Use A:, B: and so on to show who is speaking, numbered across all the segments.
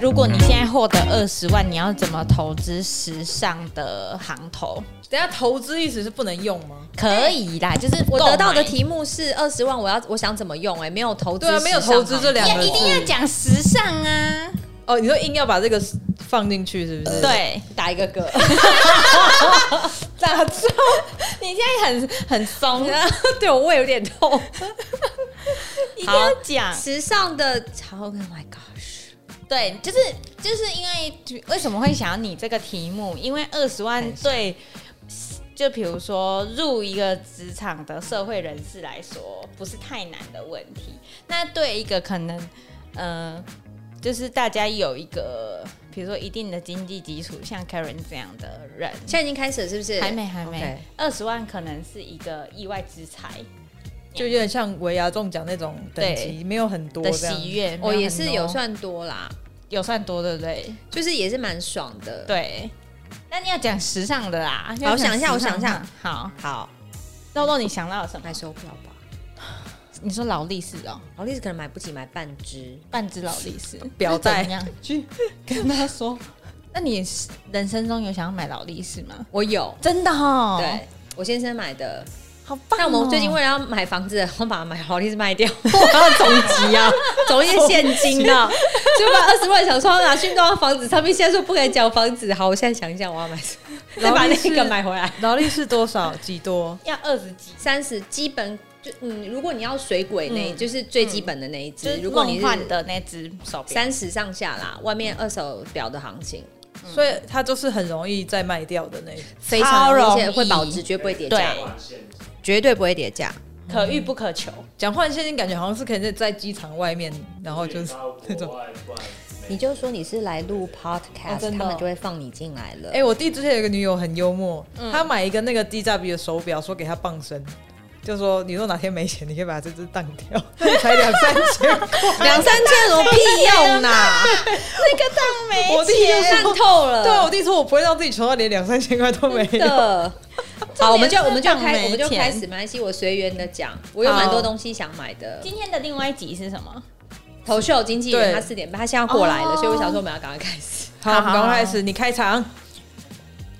A: 如果你现在获得二十万，你要怎么投资时尚的行头？
B: 等一下投资意思是不能用吗？
A: 可以啦，就是
C: 哎我得到的
A: 题。
C: 题目是二十万，我要我想怎么用、哎，没有投资，
B: 对啊，没有投资这两
A: 要
B: 个
A: 一定要
B: 字。
A: 讲时尚啊！
B: 哦，你说硬要把这个放进去是不是？，
A: 对，
C: 打一 个嗝，
A: 打中，你现在很很松，
C: 对我胃有点痛。
A: 一定要讲。
C: 时尚的，Oh my gosh，
A: 对，就是就是因为为什么会想要你这个题目？因为二十万对，就比如说入一个职场的社会人士来说，不是太难的问题。那对一个可能，呃，就是大家有一个，比如说一定的经济基础，像 Karen 这样的人，
C: 现在已经开始了是不是？
A: 还没还没
C: OK，
A: 二十万可能是一个意外之财
B: 就有点像维亚中奖那种等级，没有很多
A: 的
B: 这样
A: 喜悦，
C: 我、
A: 没
C: 哦也
A: 很
C: 是
A: 多
C: 有算多啦，
A: 有算多，对不对？
C: 就是也是蛮爽的。，
A: 对，那你要讲时尚的啦。
C: 好我想一下
A: 要讲时
C: 我想一下
A: 尚的。好，
C: 好，
A: 肉肉，你想到了什么
C: 买？手表吧，
A: 你说劳力士哦，
C: 劳力士可能买不起，买半只。
A: 半只劳力士
B: 表带
A: 是怎样去跟他 说？那你人生中有想要买劳力士吗？
C: 我有，
A: 真的哦，，
C: 对我先生买的。
A: 好棒、哦。
C: 但我们最近为了要买房子，我把买劳力士卖 掉，我要总集啊，总一些现 金啊， 就把二十万想说要拿去装房子，他们现在说不敢讲房子，好，我现在想一下我要买什么，再把那个买回来。
B: 劳力士多少？几多？
A: 要二十几，
C: 三十基本就嗯，如果你要水鬼那，
A: 嗯
C: 就是最基本的那一只
A: 就。是
C: 如果你
A: 梦
C: 是
A: 幻的那只手表，
C: 三十上下啦，外面二手表的行情
B: 所以它就是很容易再卖掉的那一种。
C: 非常容易，
A: 超
C: 而
A: 容易
C: 且会保值，绝不会叠价，
B: 哦
A: 对，
C: 绝对不会叠价。
A: 可遇不可求。
B: 讲换现金，感觉好像是可以在在机场外面，然后就是那种。
C: 你就说你是来录 podcast，、
B: 哦真的哦
C: 他们就会放你进来了。
B: 哎、我弟之前有一个女友很幽默，
C: 嗯
B: 她买一个那个 DW 的手表，说给她傍身，就说你说哪天没钱，你可以把这只当 掉，才两三千块。
C: 两三千有屁用 呐、
A: 那个当没
B: 我弟就
C: 看
B: 说，
C: 透了，
B: 对啊我弟说，我不会让自己穷到连两三千块都没
C: 呃真
B: 有。
C: 的。好，我们就我们就
A: 真的没
C: 开我们就
A: 钱
C: 开始，没关系，我随缘的讲，我有蛮多东西想买的。
A: 今天的另外一集是什么？
C: 头秀经纪人
B: 对
C: 他四点半，他现在要过来了，
A: 哦
C: 所以我想说我们要赶快开始。
B: 好，
A: 好
B: 我们赶
A: 好
B: 快开
A: 好
B: 始，你开场。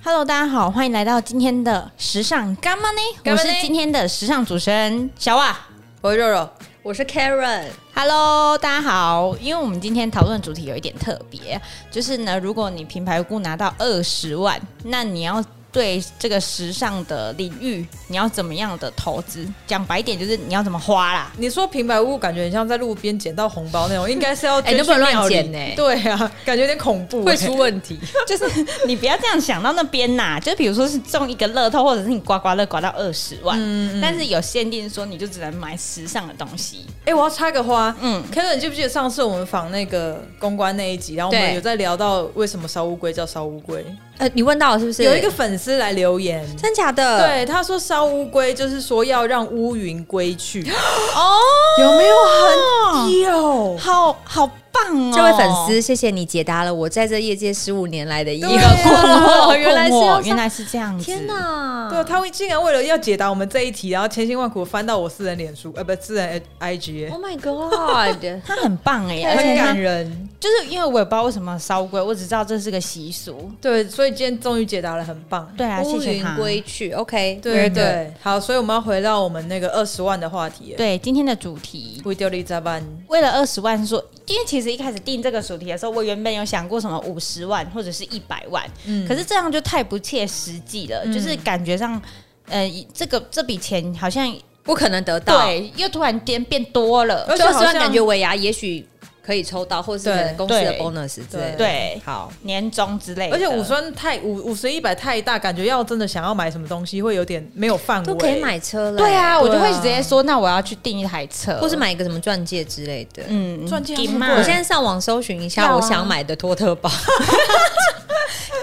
A: Hello，大家好，欢迎来到今天的时尚干嘛呢？
B: 干
A: 我
B: 嘛呢
A: 是今天的时尚主持人小瓦。
B: 我是肉肉，
C: 我是 Karen，
A: Hello，大家好，因为我们今天讨论主题有一点特别，就是呢，如果你品牌顾拿到二十万，那你要对这个时尚的领域，你要怎么样的投资？讲白一点，就是你要怎么花 啦。
B: 你说平白无故感觉很像在路边捡到红包那种，应该是要
C: 哎
B: 哎，
C: 那不能乱捡欸
B: 对啊，感觉有点恐怖、欸，
C: 问题。
A: 就是你不要这样想到那边呐、就比如说是中一个乐透，或者是你刮刮乐刮到二十万，但是有限定说你就只能买时尚的东西。
B: 哎、我要插个花。
A: 嗯
B: 嗯，可是你记不记得上次我们访那个公关那一集，然后我
C: 对
B: 们有在聊到为什么烧乌龟叫烧乌龟？
C: 呃，你问到了是不是？
B: 有一个粉丝来留言，
C: 真假的，
B: 对他说烧乌龟就是说要让乌云归去，
A: 哦，
B: 有没
C: 哦
B: 有很有？
A: 好好棒哦！
C: 这位粉丝，谢谢你解答了我在这业界十五年来的疑
B: 对
C: 惑。
B: 啊
A: 困惑，
C: 原来是要
A: 困惑
C: 上
A: 哦原来是这样子，
C: 天哪！
B: 对，啊他会竟然为了要解答我们这一题，然后千辛万苦翻到我私人脸书，呃，不，私人 IG，、
C: ，Oh my God！
A: 他很棒哎、而
B: 很
A: 且他
B: 感人。
A: 就是因为我也不知道为什么烧龟，我只知道这是个习俗。
B: 对，所以今天终于解答了，很棒。
A: 对啊，谢
C: 乌
A: 谢
C: 云
A: 他。
C: 归去，OK，
B: 对对，好，所以我们要回到我们那个二十万的话题。
A: 对，今天的主题
B: 为丢了一扎班，
A: 为了二十万说，因为其实一开始定这个主题的时候，我原本有想过什么五十万或者是一百万，
B: 嗯
A: 可是这样就太不切实际了，就是感觉上，呃，这个这笔钱好像
C: 不可能得到。
A: 对又突然间变多了，
B: 而且
C: 就
B: 好
C: 虽然
B: 像
C: 感觉尾牙也许可以抽到，或是
B: 对
C: 可能公司的
A: 对
C: bonus 之类的。
A: 对
C: 好，
A: 年终之类的，
B: 而且五十万太五五十一百太大，感觉要真的想要买什么东西，会有点没有范围。
C: 都可以买车了。
A: 对啊，我就会
B: 对啊
A: 直接说，那我要去订一台车，
C: 或是买一个什么钻戒之类的。
A: 嗯
B: 钻戒要
A: 金
B: 这么
A: 嘛
B: 贵
C: 我现在上网搜寻一
A: 要
C: 下
A: 啊
C: 我想买的托特包，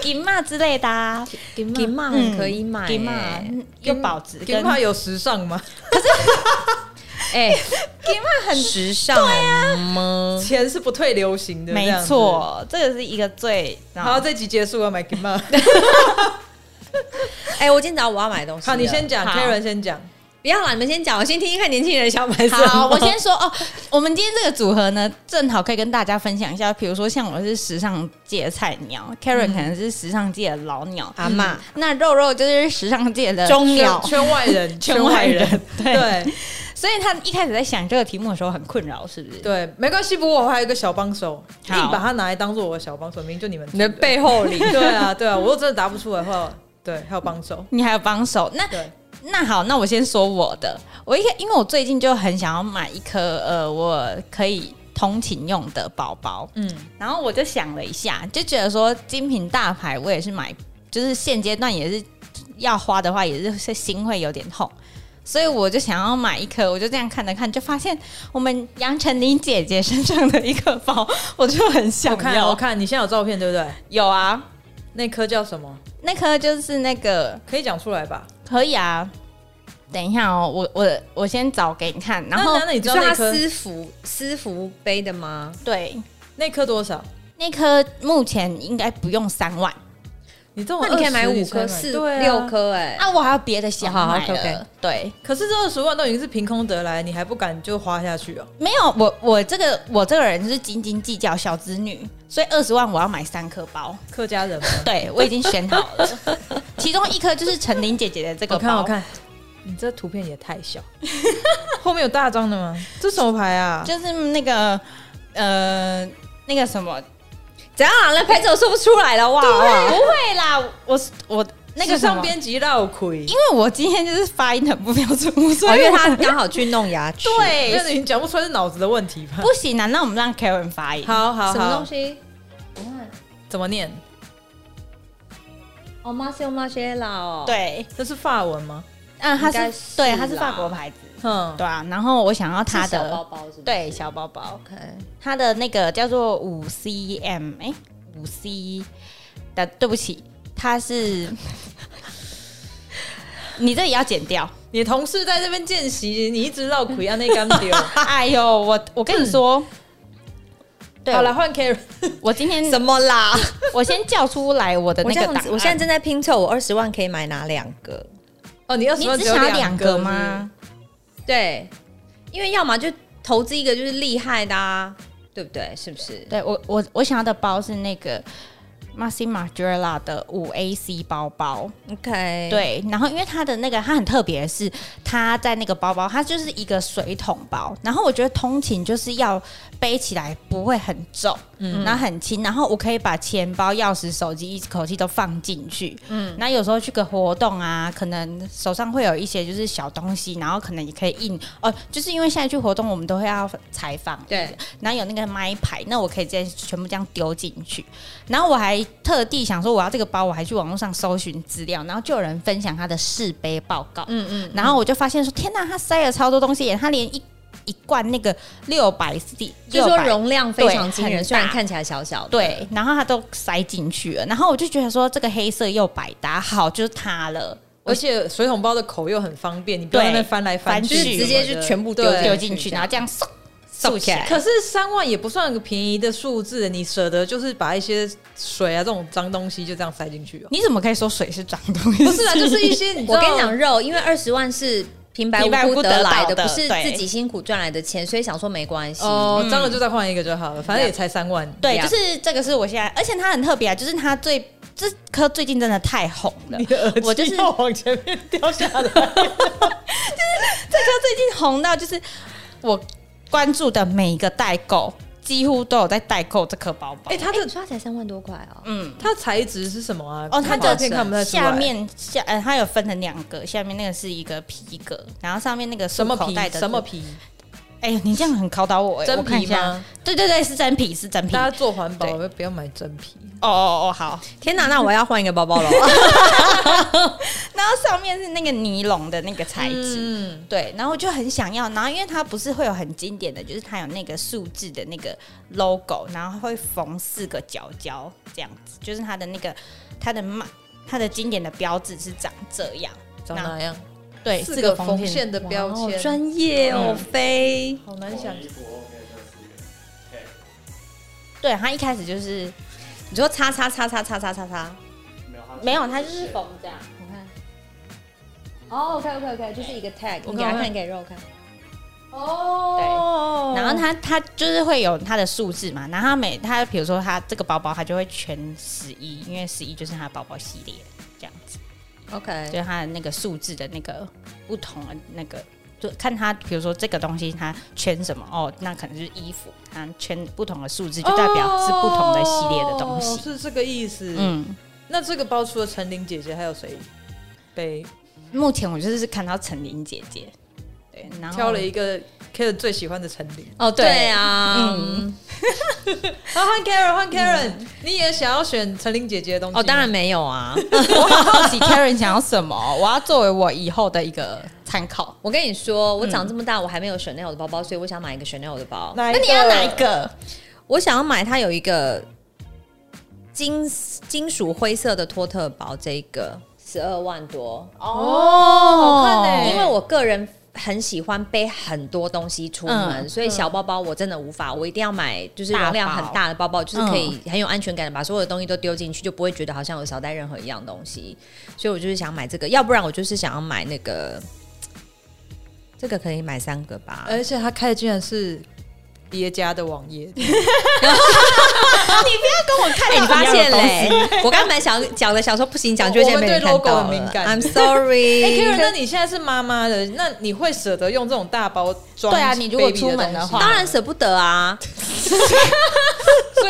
A: 金嘛之类的啊，金
C: 金嘛很可以买
A: 金嘛
C: 欸
A: 嗯又保值，
B: 金
A: 跟
B: 怕有时尚吗？
C: 哎，
A: 金嘛很
C: 时尚啊吗？
B: 钱是不退流行的，
A: 没
B: 这样子。
A: 错，这个是一个最然
B: 好，
A: 后
B: 这集结束，我要买金马。
C: 哎，我今天早上我要买东西了。
B: 好，你先讲
A: 好
B: ，Karen 先讲。
C: 不要啦，你们先讲，我先听听看年轻人想买什么。
A: 好，我先说哦，我们今天这个组合呢，正好可以跟大家分享一下。比如说，像我是时尚界的菜鸟，Karen 可能是时尚界的老鸟，嗯
C: 阿嬷
A: 那肉肉就是时尚界的
C: 中鸟
A: 圈
B: 圈外人，
A: 圈外人。对，
B: 对
A: 所以他一开始在想这个题目的时候很困扰，是不是？
B: 对，没关系。不过我还有一个小帮手，你
A: 好
B: 把它拿来当做我的小帮手，明明就你们
C: 你的背后里，
B: 对啊，对啊，我又真的答不出来的话，对，还有帮手，
A: 你还有帮手，那
B: 对，
A: 那好，那我先说我的。我一开，因为我最近就很想要买一颗呃，我可以通勤用的包包，
B: 嗯，
A: 然后我就想了一下，就觉得说精品大牌我也是买，就是现阶段也是要花的话，也是是心会有点痛。所以我就想要买一颗，我就这样看了看，就发现我们杨丞琳姐姐身上的一颗包，我就很想
B: 我看
A: 要。
B: 我看你现在有照片对不对？
A: 有啊，
B: 那颗叫什么？
A: 那颗就是那个
B: 可以讲出来吧？
A: 可以啊。等一下哦，我我我先找给你看，然后
B: 那那那你
C: 你
B: 知道
C: 说它
B: 那颗
C: 私服私服背的吗？
A: 对
B: 那颗多少？
A: 那颗目前应该不用三万
B: 你这种
C: 那哦你可以买
B: 20
C: 五
B: 才
C: 颗、四
B: 对啊
C: 六颗，哎，
A: 啊，我还有别的想
C: 哦好
A: 买
C: OK，OK
A: 了，对。
B: 可是这二十万都已经是凭空得来，你还不敢就花下去哦？
A: 没有，我我这个我这个人是斤斤计较，小子女，所以二十万我要买三颗包。
B: 客家人吗？
A: 对，我已经选好了，其中一颗就是陈琳姐姐的这个
B: 我看
A: 包，
B: 我看，你这图片也太小，后面有大张的吗？这什么牌啊？
A: 就是那个呃那个什么，
C: 怎样啊？那牌子我说不啊出来了哇！哇
A: 不会啦，我我那个
B: 时尚
A: 什么，
B: 编辑绕亏
A: 因，为我今天就是发音很不标准，所
C: 哦，
A: 以
C: 因为
A: 我
C: 他刚好去弄牙齿。
A: 对
B: 那你讲不出来是脑子的问题吧？
A: 不行啊，那我们让 Karen 发音。
B: 好好
C: 什么东
B: 好，
C: 西？
B: 怎么念？
C: 哦，马修马歇拉哦，，
A: 对，
B: 这是法文吗？
A: 嗯，它
C: 应该
A: 是
C: 是
A: 对，它是
C: 啦
A: 法国牌子，
B: 嗯，
A: 对啊。然后我想要它
C: 它的
A: 的
C: 包是对
A: 对小包包，
C: ，OK，
A: 它的那个叫做五 cm，哎、五 c 的，对不起，它是 你这也要剪掉。
B: 你的同事在这边见习，你一直绕亏 啊，那干丢。
A: 哎呦，我我跟你说，对，
B: 好了，，换 Karen。
A: 我今天
C: 什么啦？
A: 我先叫出来我的
C: 我
A: 那
C: 这
A: 个
C: 样
A: 档
C: 嗯子，我现在
A: 案
C: 正在拼凑，我二十万可以买哪两个？
B: 哦，你二
A: 你
B: 十万
A: 只
B: 有
A: 想要两
B: 个
A: 个？吗？
C: 对，因为要么就投资一个就是厉害的啊，对不对？是不是？
A: 对我我我想要的包是那个 Massimo g i r l a 的五 AC 包包。
C: ，OK，，
A: 对，然后因为它的那个它很特别的是，它在那个包包，它就是一个水桶包。然后我觉得通勤就是要背起来不会很重，嗯，然后很轻，然后我可以把钱包、钥匙、手机一口气都放进去，嗯，那有时候去个活动啊，可能手上会有一些就是小东西，然后可能也可以印哦，就是因为现在去活动我们都会要采访，
C: 对，
A: 然后有那个麦牌，那我可以直接全部这样丢进去。然后我还特地想说，我要这个包，我还去网络上搜寻资料，然后就有人分享他的试杯报告。嗯嗯，然后我就发现说，天呐，他塞了超多东西耶，他连一一罐那个六百 C，
C: 就说容量非常惊
A: 对很
C: 人，
A: 大
C: 虽然看起来小小的，
A: 对，然后他都塞进去了。然后我就觉得说，这个黑色又百搭，好就是它了。
B: 而且水桶包的口又很方便，你不用在那边翻来翻去
A: 对翻去
B: 什么的，
C: 就是直接就全部丢
B: 对
A: 丢进去，
C: 这
A: 然
C: 样
A: 后这样送
C: 竖起来
B: 可是三万也不算个便宜的数字，你舍得就是把一些水啊这种脏东西就这样塞进去哦？
A: 你怎么可以说水是脏东西？
B: 不是啊，就是一些你知
C: 我
B: 道
C: 跟你讲，肉，因为二十万是平白
A: 平白
C: 无
A: 无
C: 故
A: 故
C: 得
A: 得
C: 来的，
A: 到的
C: 不是
A: 对
C: 自己辛苦赚来的钱，所以想说没关系。
B: 哦，脏了就再换一个就好了，反正也才三万。
A: 对，
C: Yeah
A: 就是这个是我现在，而且它很特别啊，就是它最这颗最近真的太红了，
B: 你的耳
A: 我就是
B: 机 要往前面掉下来，
A: 这颗最近红到就是我关注的每一个代购几乎都有在代购这颗包包。
B: 哎，它
C: 哎
B: 的
C: 你说它才三万多块哦，
A: 嗯，
B: 它材质是什么啊？
A: 哦，它
B: 看照
A: 的
B: 片看不太出来。
A: 下面下呃，它有分成两个，下面那个是一个皮革，然后上面那个
B: 什么
A: 束口
B: 皮
A: 袋？的
B: 什么？皮？
A: 哎呦，你这样很考倒我哎、我
B: 真
A: 看一
B: 皮
A: 下，
B: 吗？
A: 对对对，是真皮，是真皮。
B: 大
A: 哦
B: 家做环保
A: 对
B: 不要买真皮。
A: 哦哦，好。
C: 天哪！那我要换一个包包 了。
A: 然后上面是那个尼龙的那个材质，
B: 嗯，
A: 对，然后我就很想要，然后因为它不是会有很经典的，就是它有那个数字的那个 logo，然后会缝四个角角这样子，就是它的那个它的嘛，它的经典的标志是长这样，
B: 长哪样？
A: 对，
B: 四
A: 四
B: 个
A: 个嗯
B: 缝线的标
C: 哇哦
B: 签，
C: 专业哦，飞。
B: 好难想。
A: 对，它一开始就是
C: 你说叉叉叉叉叉叉叉叉，
B: 哦
A: 没有，它就是缝这样，
C: 你看，哦，OK OK OK，就是一个 tag，
B: 我
C: 你给他
B: 看
C: 看，给肉看。
B: 哦，
A: 然后它它就是会有它的数字嘛，然后它每它比如说它这个包包，它就会全十一，因为十一就是它的包包系列这样子，就
C: OK，
A: 是它的那个数字的那个不同的那个，就看它比如说这个东西它圈什么哦，那可能就是衣服，它圈不同的数字就代表是不同的系列的东
B: 哦
A: 西。
B: 是这个意思。
A: 嗯，
B: 那这个包除了陈琳姐姐，还有谁被
A: 目前我就是看到陈琳姐姐，对，然后
B: 挑了一个 Karen 最喜欢的陈琳？
C: 哦
A: 对
C: 对啊，
A: 嗯
B: 好，换 Karen，换 Karen，你也想要选陈琳姐姐的东西？
C: 哦当然。没有啊，
A: 我很好奇 Karen 想要什么，我要作为我以后的一个参考。
C: 我跟你说，我长这么大我还没有 Chanel 的包包，所以我想买一个 Chanel 的包。
B: 那
A: 那你嗯要哪一？个？
C: 我想要买它有一个金金属灰色的托特包，这一个十二万多，
B: 哦好看欸
C: 因为我个人。很喜欢背很多东西出门，
A: 嗯
C: 所以小包包我真的无法，我一定要买就是容量很大的包包，就是可以很有安全感的把所有的东西都丢进去，就不会觉得好像有少带任何一样东西。所以我就是想买这个，要不然我就是想要买那个，这个可以买三个吧。
B: 而且他开的竟然是别家的网页，
A: 我看
C: 哎、你发现
A: 了，
C: 嘞？我刚本来想讲的，想说不行，讲就会被人看
B: 我们对 logo
C: 到
B: 很
C: 了
B: 敏感
C: I'm sorry。
B: 哎、k a r e n 那你现在是妈妈的，那你会舍得用这种大包装？
A: 对啊你如果出门的
B: 的
A: 话
B: 东
C: 当然舍不得啊，
B: 西 所以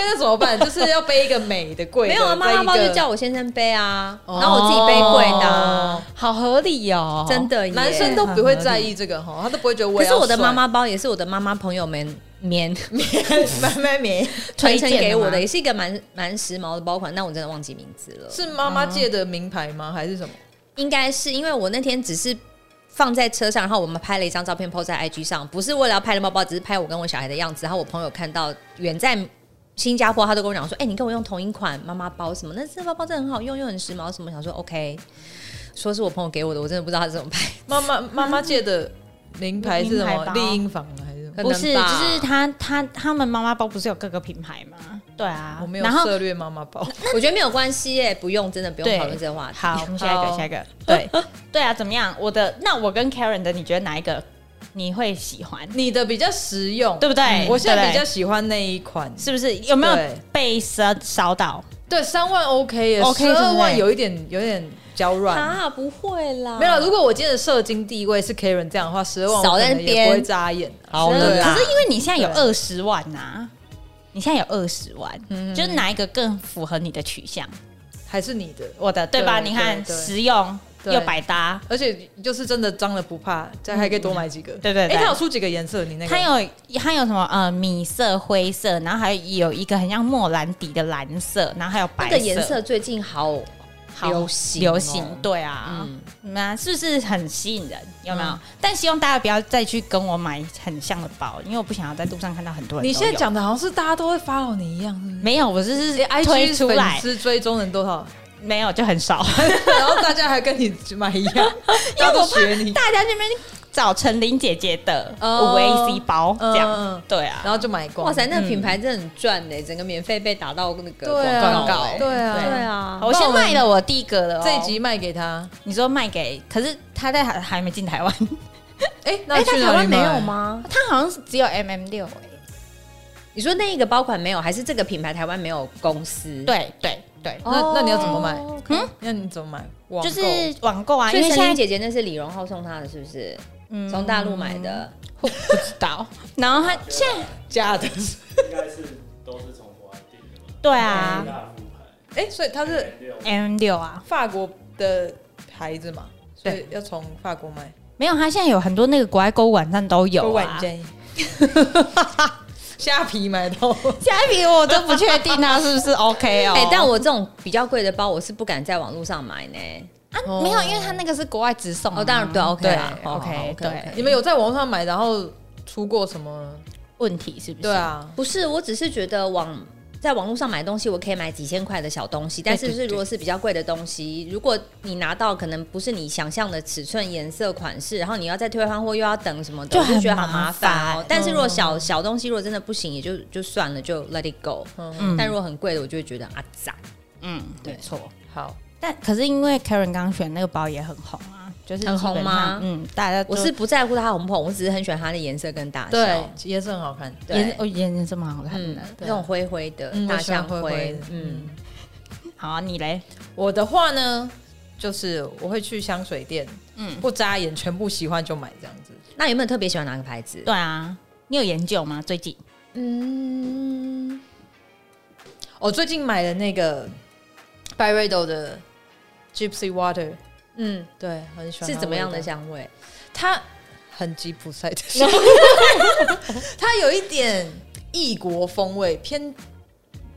B: 那怎么办？就是要背一个美的贵的。
C: 没有啊，妈
B: 背一
C: 妈
B: 个哦
C: 包就叫我先生背啊，然后我自己背贵的啊、
A: 好合理哦，
C: 真。 的耶。
B: 男生都不会在意这个哈，他都不会觉得我
C: 可
B: 也要
C: 是
B: 算。
C: 我的妈妈包也是我的妈妈朋友们棉
B: 妈妈棉
C: 传承
A: 推荐的
C: 给我的，
A: 吗
C: 也是一个蛮蛮时髦的包款，但我真的忘记名字了。
B: 是妈妈借的名牌吗？还是什么？
C: 应该是因为我那天只是放在车上，然后我们拍了一张照片 PO 在 IG 上，不是为了要拍的包包，只是拍我跟我小孩的样子。然后我朋友看到远在新加坡，他都跟我讲说：“哎、你跟我用同一款妈妈包什么？那这包包真的很好用，又很时髦什么。”想说 OK，说是我朋友给我的，我真的不知道他是怎么拍。
B: 妈妈妈妈借的名牌是
A: 名
B: 什
A: 牌
B: 么？
A: 包
B: 丽婴房吗还是什么？
A: 不是，
C: 可能
A: 就
C: 吧
A: 是他他他们妈妈包不是有各个品牌吗？对啊，
B: 我没有
A: 然后
B: 涉略妈妈包，
C: 我觉得没有关系耶、不用真的不用
A: 对
C: 讨论这个话题。
A: 好，我们 下一个
B: 好
A: 下一个，对对啊，怎么样？我的那我跟 Karen 的，你觉得哪一个你会喜欢？
B: 你的比较实用，
A: 对不对
B: 嗯我现在
A: 对
B: 比较喜欢那一款，
A: 是不是有没有
B: 对
A: 被烧烧到？
B: 对，三万 OK 耶，
A: OK，
B: 十二
A: 对不
B: 万
A: 对
B: 有一点有点脚软。
C: 啊，不会啦，
B: 没有，如果我今天的射精地位是 Karen 这样的话，十二万
C: 少
B: 我
C: 在
B: 可
C: 那
B: 能
C: 边
B: 也不会眨眼。
C: 好
B: 对
C: 了
B: 啊
C: 啦
A: 可是因为你现在有
B: 对
A: 二十万呐、你现在有二十万，就是哪一个更符合你的取向？
B: 还是你的，
A: 我的对吧？
B: 对
A: 你看
B: 对对
A: 实用
B: 对
A: 又百搭，
B: 而且就是真的脏了不怕，这还可以多买几个。
A: 对对对
B: 哎，它有出几个颜色？你那个
A: 它有它有什么呃米色、灰色，然后还有一个很像莫兰迪的蓝色，然后还有白色，
C: 那个颜色最近好
A: 好
C: 流行哦
A: 流行，对啊，
C: 嗯
A: 那、是不是很吸引人？有没有？
B: 嗯
A: 但希望大家不要再去跟我买很像的包，因为我不想要在路上看到很多人。
B: 你现在。讲的好像是大家都会 follow 你一样，是不是
A: 没有，我就是
B: 你 IG
A: 推出来
B: 粉，丝追踪人多少？
A: 没有就很少。
B: 然后大家还跟你买一样，大家都学你，
A: 大家这边找陈琳姐姐的
B: 哦
A: 五 A C 包，这样、
B: 嗯
A: 对啊。
B: 然后就买光。
C: 哇塞，那个品牌真的很赚
A: 嗯
C: 呢、整个免费被打到那个
B: 对啊
C: 广告欸、
B: 对啊
C: 对啊，
A: 我先卖了我第一个了、哦，
B: 这一集卖给他。
A: 你说卖给，可是他在还还没进台湾，
B: 哎，那
C: 哎、
B: 去
C: 在
B: 哪
C: 台
B: 里
C: 湾没
B: 买
C: 有？吗？
A: 他好像是只有 MM 六哎，
C: 你说那一个包款没有，还是这个品牌台湾没有公司？，
A: 对对对，
B: 那那你要怎么买
C: 嗯，
B: 那你怎么买？网购
A: 就是网购啊，
C: 所
A: 因
C: 以
A: 为现
C: 陈琳
A: 在
C: 姐姐那是李荣浩送她的，是不是？
A: 嗯
C: 从大陆买的，
A: 不不知道，然后他现 在
B: 假的。
D: 应该是都是从国外订的嘛。
A: 对啊
D: 大副牌
B: 哎，所以它是
D: 六，
A: ，MM 六啊，
B: 法国的牌子嘛，所以要从法国买。
A: 没有，他现在有很多那个国外购物网站都有啊
B: 晚。间， 虾皮买到。
A: 下一笔我都不确定他是不是 OK 哦，
C: 哎、但我这种比较贵的包，我是不敢在网络上买呢。
A: 啊没有，因为他那个是国外直送啊
C: 哦，当然对啊，OK 啦
A: 对 OK 对，
B: 你们有在网络上买，然后出过什么？
A: 问题是不是？
B: 对，啊，
C: 不是，我只是觉得网在网络上买东西，我可以买几千块的小东西，但是
A: 对
C: 是如果是比较贵的东西，如果你拿到可能不是你想象的尺寸、颜色、款式，然后你要再退换货，又要等什么的，
A: 就
C: 我就
A: 很
C: 觉得好
A: 麻
C: 麻烦哦
A: 烦。
C: 但是如果小小东西，如果真的不行，也就就算了，就 let it go。
B: 嗯，
A: 嗯
C: 但如果很贵的，我就会觉得啊咋。
A: 嗯，
C: 对
A: 没错。
B: 好，
A: 但可是因为 Karen 刚选那个包也很红啊，就是
C: 很红
A: 基本上
C: 吗
A: 嗯，大家
C: 我
A: 都
C: 是不在乎它红不红，我只是很喜欢它的颜色跟大小。
B: 对，也是很好看。
C: 对
A: 颜哦颜色蛮好看
C: 嗯
A: 的。，
C: 那种灰灰的
B: 嗯
C: 大
B: 我喜欢
C: 象
B: 灰灰
C: 灰
B: 的，
C: 嗯，
A: 好啊，你嘞？
B: 我的话呢，就是我会去香水店，
A: 嗯
B: 嗯，不眨眼，全部喜欢就买这样子。
C: 那有没有特别喜欢哪个牌子？
A: 对啊，你有研究吗？最近
B: 嗯，我哦最近买的那个 b y r e d o 的 Gypsy Water，
C: 嗯，
B: 对，很喜欢它
C: 是怎么样的
B: 味道？
C: 香味？
B: 它很吉普赛的香味， 它有一点异国风味，偏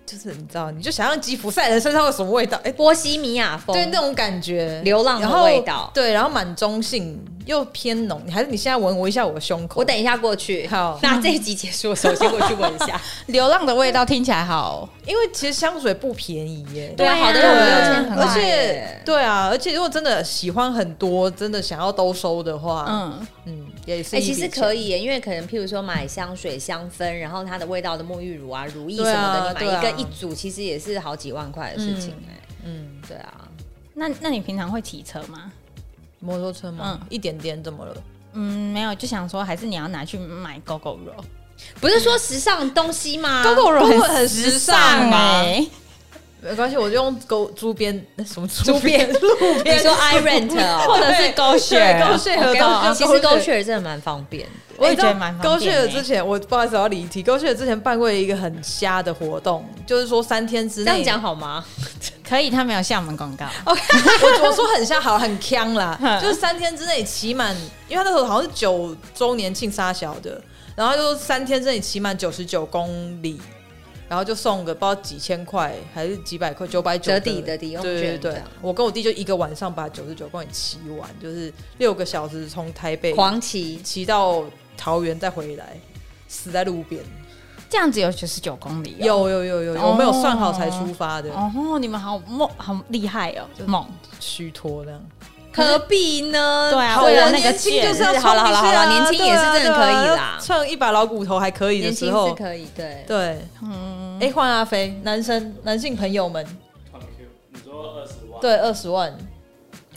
B: 就是你知道，你就想象吉普赛人身上有什么味道？哎、
C: 波西米亚风，
B: 对，那种感觉，
C: 流浪
B: 然
C: 的
B: 后
C: 味道。
B: 对，然后蛮中性又偏浓。还是你现在闻我一下我的胸口？
C: 我等一下过去。
B: 好
C: 那这一集结束的时候，先过去闻一下。
A: 流浪的味道听起来好，
B: 因为其实香水不便宜耶。
A: 对啊
C: 好的
A: 对
C: 有
A: 啊
C: 六千块，
B: 而且对啊，而且如果真的喜欢很多，真的想要都收的话，嗯
A: 嗯，
B: 也是
C: 哎、
B: 一笔
C: 其
B: 钱。
C: 实可以耶，因为可能譬如说买香水、香氛，然后它的味道的沐浴乳啊、乳液什
B: 对
C: 么
B: 啊
C: 的，你买
B: 对
C: 一
B: 啊
C: 个一组，其实也是好几万块的事情哎、
B: 嗯，
C: 对啊，
A: 那那你平常会骑车吗？
B: 摩托车嘛，
A: 嗯
B: 一点点怎么了？
A: 嗯，没有，就想说还是你要拿去买狗狗肉，
C: 不是说时尚东西
A: 啊
C: 吗？
B: 肉
A: 很
B: 很时尚吗？
A: 哎，
B: 没关系，我就用狗猪边那什么
C: 猪 边
B: 路
C: 你
B: 边
C: 说 i rent
A: 或
C: 哦，
A: 者是狗血，
B: 对狗血合
C: 给我
B: 到，
C: 其实
B: 狗
C: Go
B: 血。
C: Share 真的蛮方便的。
A: 我也
B: 知
A: 觉
B: 道
A: 得蛮方
B: 高
A: 便
B: 血尔
A: 的
B: 之前，我不好意思我要离题。高血尔之前办过一个很瞎的活动，就是说三天之
C: 这
B: 内，
C: 样讲好吗？
A: 可以，他没有向我们广告，
B: 我我说很像，好很呛啦
A: 哼，
B: 就是三天之内骑满，因为他那时候好像是九周年庆杀小的，然后就说三天之内骑满九十九公里，然后就送个不知道几千块还是几百块，九百九
C: 折抵的抵用
B: 对对
C: 券这
B: 对
C: 样，
B: 我跟我弟就一个晚上把九十九公里骑完，就是六个小时从台北
C: 狂骑，
B: 骑到桃园再回来，死在路边。
A: 这样子有九十九公里哦，
B: 有有有有有，我们有算好才出发的，
A: 哦，你们好猛，好厉害哦，猛，
B: 虚脱这样。
C: 何必呢？
A: 对啊
C: 为
A: 为
C: 了
A: 了
C: 那
A: 那
C: 个
A: 个
B: 年轻
A: 贱
B: 就是要
C: 好了好了好
B: 啊
C: 了，年轻也是真的可以啦，
B: 蹭一把老骨头还可以的
C: 年轻
B: 时
C: 是
B: 候，
C: 可以，对，
B: 对，
A: 嗯，
B: 哎，换阿飞，男生男性朋友们，
D: 胖 Q，你说二十万，
B: 对，二十万，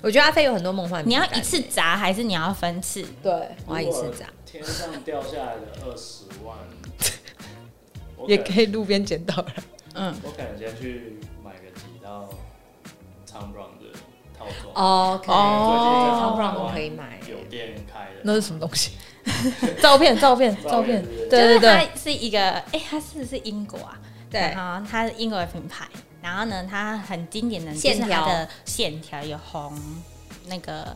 C: 我觉得阿飞有很多梦幻
A: 你
C: 美
A: 要
C: 感，
A: 一次砸还是你要分次？
B: 对，
C: 我要一次这样。
D: 天上掉下来的二十万，我
B: 也
D: 可
B: 可以路边捡到了。
A: 嗯，
D: 我可能先去买个几套 Tom Brown 的套装，
C: 哦 OK，
A: 哦
C: 不然我可以买。
D: 有店开的
B: 那是什么东 西？照片，照片，照片，对对
A: 就是
B: 对，
A: 它是一个，哎，它是不是英国啊？
C: 对，
A: 然后它是英国的品牌，然后呢，它很经典的
C: 线条
A: 就是它的线条有红、那个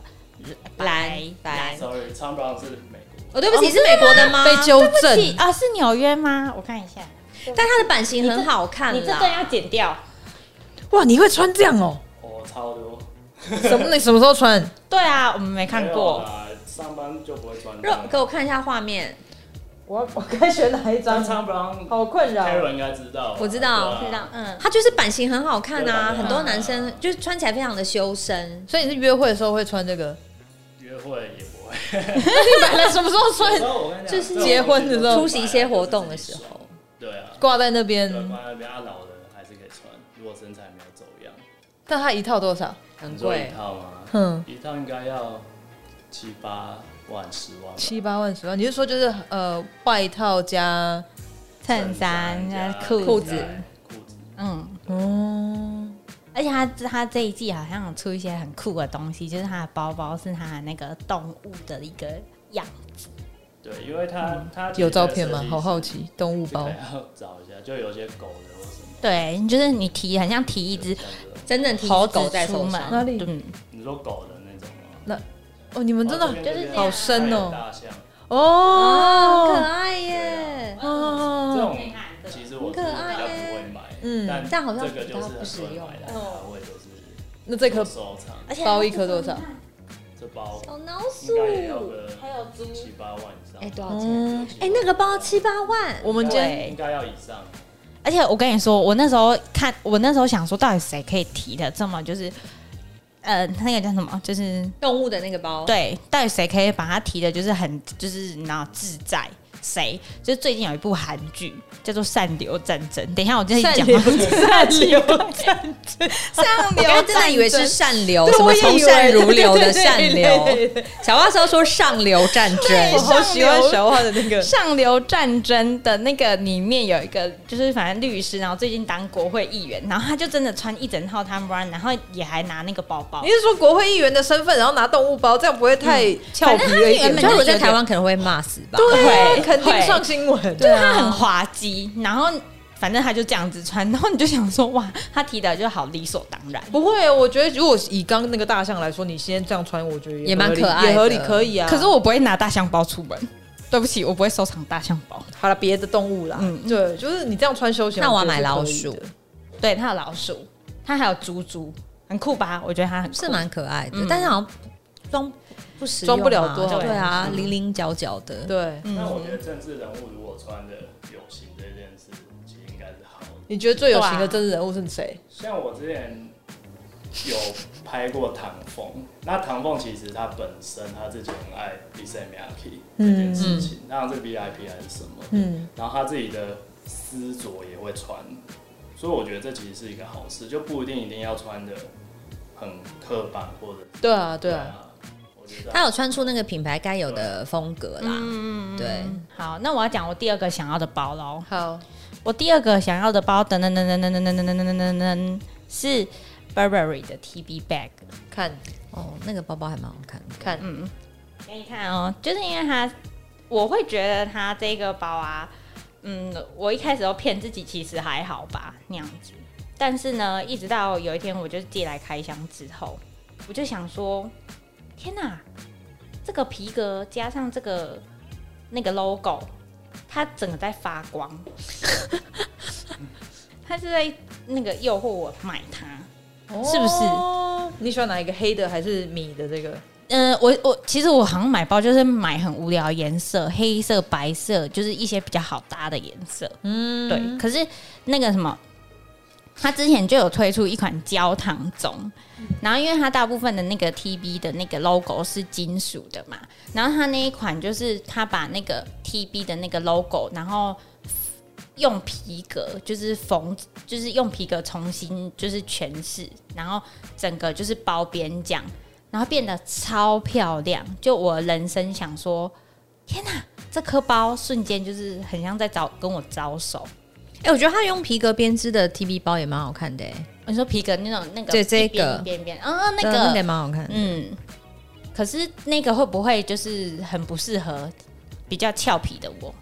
C: 蓝白
A: 白。
D: ，Sorry，Tom Brown 是美国，
C: 哦，对不起，是美国的吗？
B: 被纠
A: 是
B: 正，
A: 啊，是纽约吗？我看一下，
C: 但它的版型很好看
A: 你这段
C: 啦。
A: 要剪掉。
B: 哇，你会穿这样哦？
D: 我超多，
B: 什 么？你什么时候穿？
A: 对啊，我们没看
D: 没有
A: 过。
D: 啦，上班就不会穿这
C: 让
D: 样。
C: 给我看一下画面，
B: 我我该选哪一
D: 但 Tom Brown
B: 好困
D: Karen 应该知道吧，
C: 我知道
D: 对啊
A: 知道，嗯，
C: 它就是版型很好看啊，
D: 对
C: 很多男生就是穿起来非常的修身。
B: 所以你是约会的时候会穿这个？
D: 约会也不会。
B: 你买 了什么时候穿？
D: 然后我跟你讲
C: 就是
D: 这种
B: 结婚的时候
D: 东
C: 出
D: 西
C: 席一些活动的时候，
D: 对啊，
B: 挂在那边
D: 对，，放在那边啊，老人还是可以穿，如果身材没有走样。
B: 但它一套多少？
C: 很
D: 你说一
C: 贵，
D: 套吗？
B: 嗯，
D: 一套应该要七八万、十万吧。
B: 七八万、十万，你是说就是呃外套加
A: 衬衫、啊
D: 加
A: 裤
C: 子
A: 子，
D: 裤子。
A: 嗯，
B: 哦，
A: 而且他他这一季好像有出一些很酷的东西，就是他的包包是他的那个动物的一个样，
D: 对，因为它它
B: 有照片吗？好好，奇，哦动物包
D: 包，要找一下，就有些狗的或什么。
A: 对，就是你提很像提一
D: 一
A: 只
C: 真正提
A: 猴
C: 狗
A: 子
C: 在
A: 出
C: 手
A: 门
C: 上，
B: 哪里
A: 嗯，
D: 你说狗的那种吗？
B: 哦，你们真的
D: 哦这边
A: 就是
D: 这边
A: 这样
B: 好深
D: 还有
B: 哦，
D: 大象
C: 啊，很可
B: 哦，
C: 爱耶！
D: 这
B: 哦，
D: 种其实我是
C: 很
D: 比
C: 可爱
D: 较
C: 耶
D: 不会买，
B: 嗯
D: 但
C: 但好像
D: 这个就是
C: 比较不实
D: 很多人
C: 用
D: 买的，我也都是
B: 那这颗
D: 做收藏，
A: 而且
B: 包一颗多少？
D: 这包
C: 小老
D: 应
C: 鼠，
D: 该也要个
A: 还有猪
D: 七八万以上。
C: 哎，多少钱？
B: 嗯，
C: 哎，那个包七八万，
B: 我们今天
A: 对
D: 应该要以上，
A: 而且我跟你说，我那时候看，我那时候想说，到底谁可以提的这么就是，呃，那个叫什么，就是
C: 动物的那个包，
A: 对，到底谁可以把它提的，就是很就是你知道自在，谁，就是最近有一部韩剧叫做《善流战争》，等一下我再
B: 善
A: 讲
B: 流
A: 吗。善流战争，
C: 我刚刚真的以为是善流，什
B: 我
C: 么
B: 也
C: 从
B: 以为
C: 善如流的
B: 对对对
C: 善
B: 对
C: 流
B: 对对。
C: 小花候说上流战
B: 我
C: 争，
B: 好喜欢
A: 上流
B: 小花的 那个
A: 《上流战争》的那个里面有一个，就是反正律师，然后最近当国会议员，然后他就真的穿一整套 Tom Brown，然后也还拿那个包包
B: 你。是说国会议员的身份，然后拿动物包，这样不会太俏皮了一点
A: 反正他原
B: 吗？
A: 本
C: 就
A: 就
C: 我
A: 觉
C: 在
A: 得
C: 台湾可能啊会骂死吧。
B: 对啊，
A: 会
B: 肯定
A: 会
B: 上新闻。
A: 就是他很滑稽，然后反正他就这样子穿，然后你就想说，哇，他提的就好理所当然。
B: 不会，我觉得如果以刚刚那个大象来说，你先这样穿，我觉得
C: 也蛮
B: 合理
C: 可爱的
B: 也合理，可以啊。
A: 可是我不会拿大象包出门， 对不起，我不会收藏大象包。
B: 好了，别的动物啦，
A: 嗯
B: 对，就是你这样穿休闲，
C: 那我要
B: 觉得是
C: 买老
B: 可以的
C: 鼠，
A: 对，他有老鼠，他还有猪猪，很酷吧？我觉得他很酷
C: 是？蛮可爱的，
A: 嗯
C: 但是好像装不实
B: 装不
C: 用
B: 了
C: 嘛
B: 多少
C: 对啊，
B: 东西
C: 零零角角的。
B: 对。
D: 那我觉
A: 嗯，
D: 得政治人物如果穿的有型这件事，其实应该是好的。
B: 你觉得最有型
A: 对
B: 的
A: 啊
B: 真人人物是谁？
D: 像我之前有拍过唐凤，那唐凤其实他本身他自己很爱 b s a m i a k i 这件事情，那、是 VIP 还是什么，
B: 嗯，
D: 然后他自己的丝着也会穿，所以我觉得这其实是一个好事，就不一定一定要穿的很刻板或者
B: 对啊，对啊，
D: 啊，我觉得
C: 他有穿出那个品牌该有的风格啦，对，
A: 好，那我要讲我第二个想要的包喽。
B: 好，
A: 我第二个想要的包，噔噔噔噔噔噔噔噔噔噔噔噔，是 Burberry 的 TB bag。
B: 看
C: 哦，那个包包还蛮好看的，
B: 看，
A: 嗯，给你看哦，就是因为它，我会觉得它这个包啊，嗯，我一开始都骗自己，其实还好吧那样子。但是呢，一直到有一天我就借来开箱之后，我就想说，天哪、这个皮革加上这个那个 logo，它整个在发光，它是在那个诱惑我买它。是不是
B: 哦？你喜欢哪一个黑的还是米的？这个
A: 嗯，我我其实我好像买包就是买很无聊的颜色，黑色、白色，就是一些比较好搭的颜色。嗯，对。可是那个什么，他之前就有推出一款焦糖棕，然后因为它大部分的那个 TB 的那个 logo 是金属的嘛，然后它那一款就是它把那个 TB 的那个 logo，然后用皮革就是缝，就是用皮革重新就是诠释，然后整个就是包边这样，然后变得超漂亮。就我人生想说，天哪，这颗包瞬间就是很像在招跟我招手。
C: 哎、我觉得他用皮革编织的 T B 包也蛮好看的、欸，
A: 你说皮革那种那个
C: 对这
A: 一边
C: 个
A: 一边一边，嗯，那
C: 对啊那个也
A: 个，
C: 蛮好看的。
A: 嗯。可是那个会不会就是很不适合比较俏皮的我？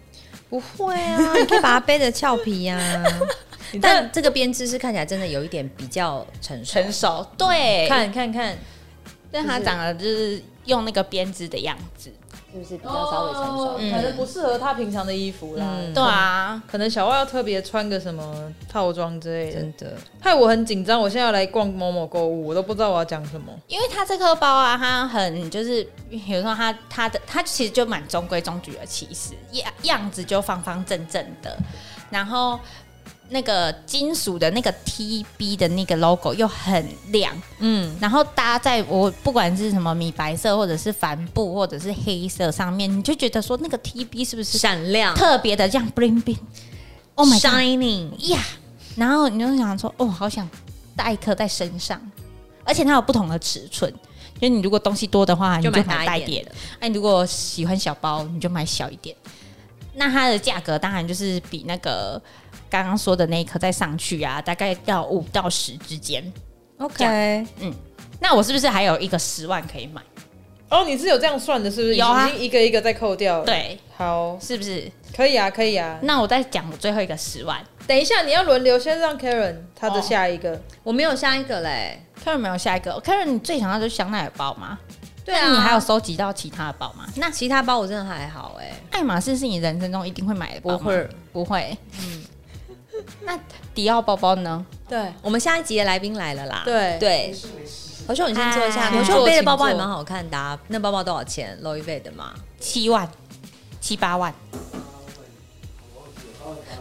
C: 不会啊，你可以把它背的俏皮呀、
B: 你这
C: 但这个编织是看起来真的有一点比较成熟，
A: 成熟，对，
B: 看看看，
A: 但它长得就是用那个编织的样子。
C: 是不是比
B: 比
C: 哦
B: 可能不适合他平常的衣服啦。
C: 嗯
A: 对啊，
B: 可能小外要特别穿个什么套装之类的，
C: 真的，
B: 害我很紧张。我现在要来逛某某购物，我都不知道我要讲什么。
A: 因为它这颗包啊，它很就是，比如说它它的它其实就蛮中规中矩的，其实样样子就方方正正的，然后那个金属的那个 TB 的那个 logo 又很亮，
B: 嗯，
A: 然后搭在我不管是什么米白色或者是帆布或者是黑色上面，你就觉得说那个 TB 是不是
C: 闪亮
A: 特别的这样 bling bling？Oh my god！
C: ，shining，
A: 呀然后你就想说，哦，好想带一颗在身上，而且它有不同的尺寸，就是你如果东西多的话，你
C: 就
A: 就
C: 买
A: 买
C: 大
A: 大
C: 一
A: 一
C: 点
A: 点；哎、你如果喜欢小包，你就买小一点。那它的价格当然就是比那个刚刚说的那一颗再上去啊，大概要五到十之间。这
C: OK，
A: 那我是不是还有一个十万可以买？
B: 哦，你是有这样算的，是不是？
A: 有啊
B: 已经一个一个在扣掉了。，
A: 对，
B: 好，
A: 是不是？
B: 可以啊，可以啊。
A: 那我再讲我最后一个十万，
B: 等一下，你要轮流，先让 Karen 她的下一个。
A: 哦
C: 我没有下一个嘞。
A: 看有没有下一个？看有你最想要就是香奈儿包吗？
C: 对啊，
A: 那你还有收集到其他的包吗？
C: 那其他包我真的还好哎、
A: 爱马仕是你人生中一定会买的包吗
C: 不会，
A: 不会。嗯，那迪奥包包呢？
B: 对
C: 我们下一集的来宾来了啦，
B: 对
C: 对，何秀你先坐一下，
A: 哎
C: 何哎秀背的包包
B: 请坐
C: 也蛮好看的、啊，那包包多少钱？Louis V 的嘛。
A: 七万、七八万，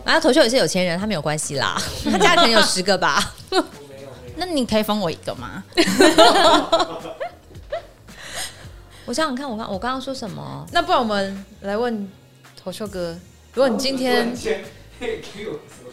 C: 然后头秀也是有钱人，他没有关系 啦，他家可能有十个 吧。
A: 那你可以分我一个吗？
C: 我想想看，我刚我刚刚说什么？
B: 那不然我们来问头秀哥，如果你今天
E: 嘿给我什么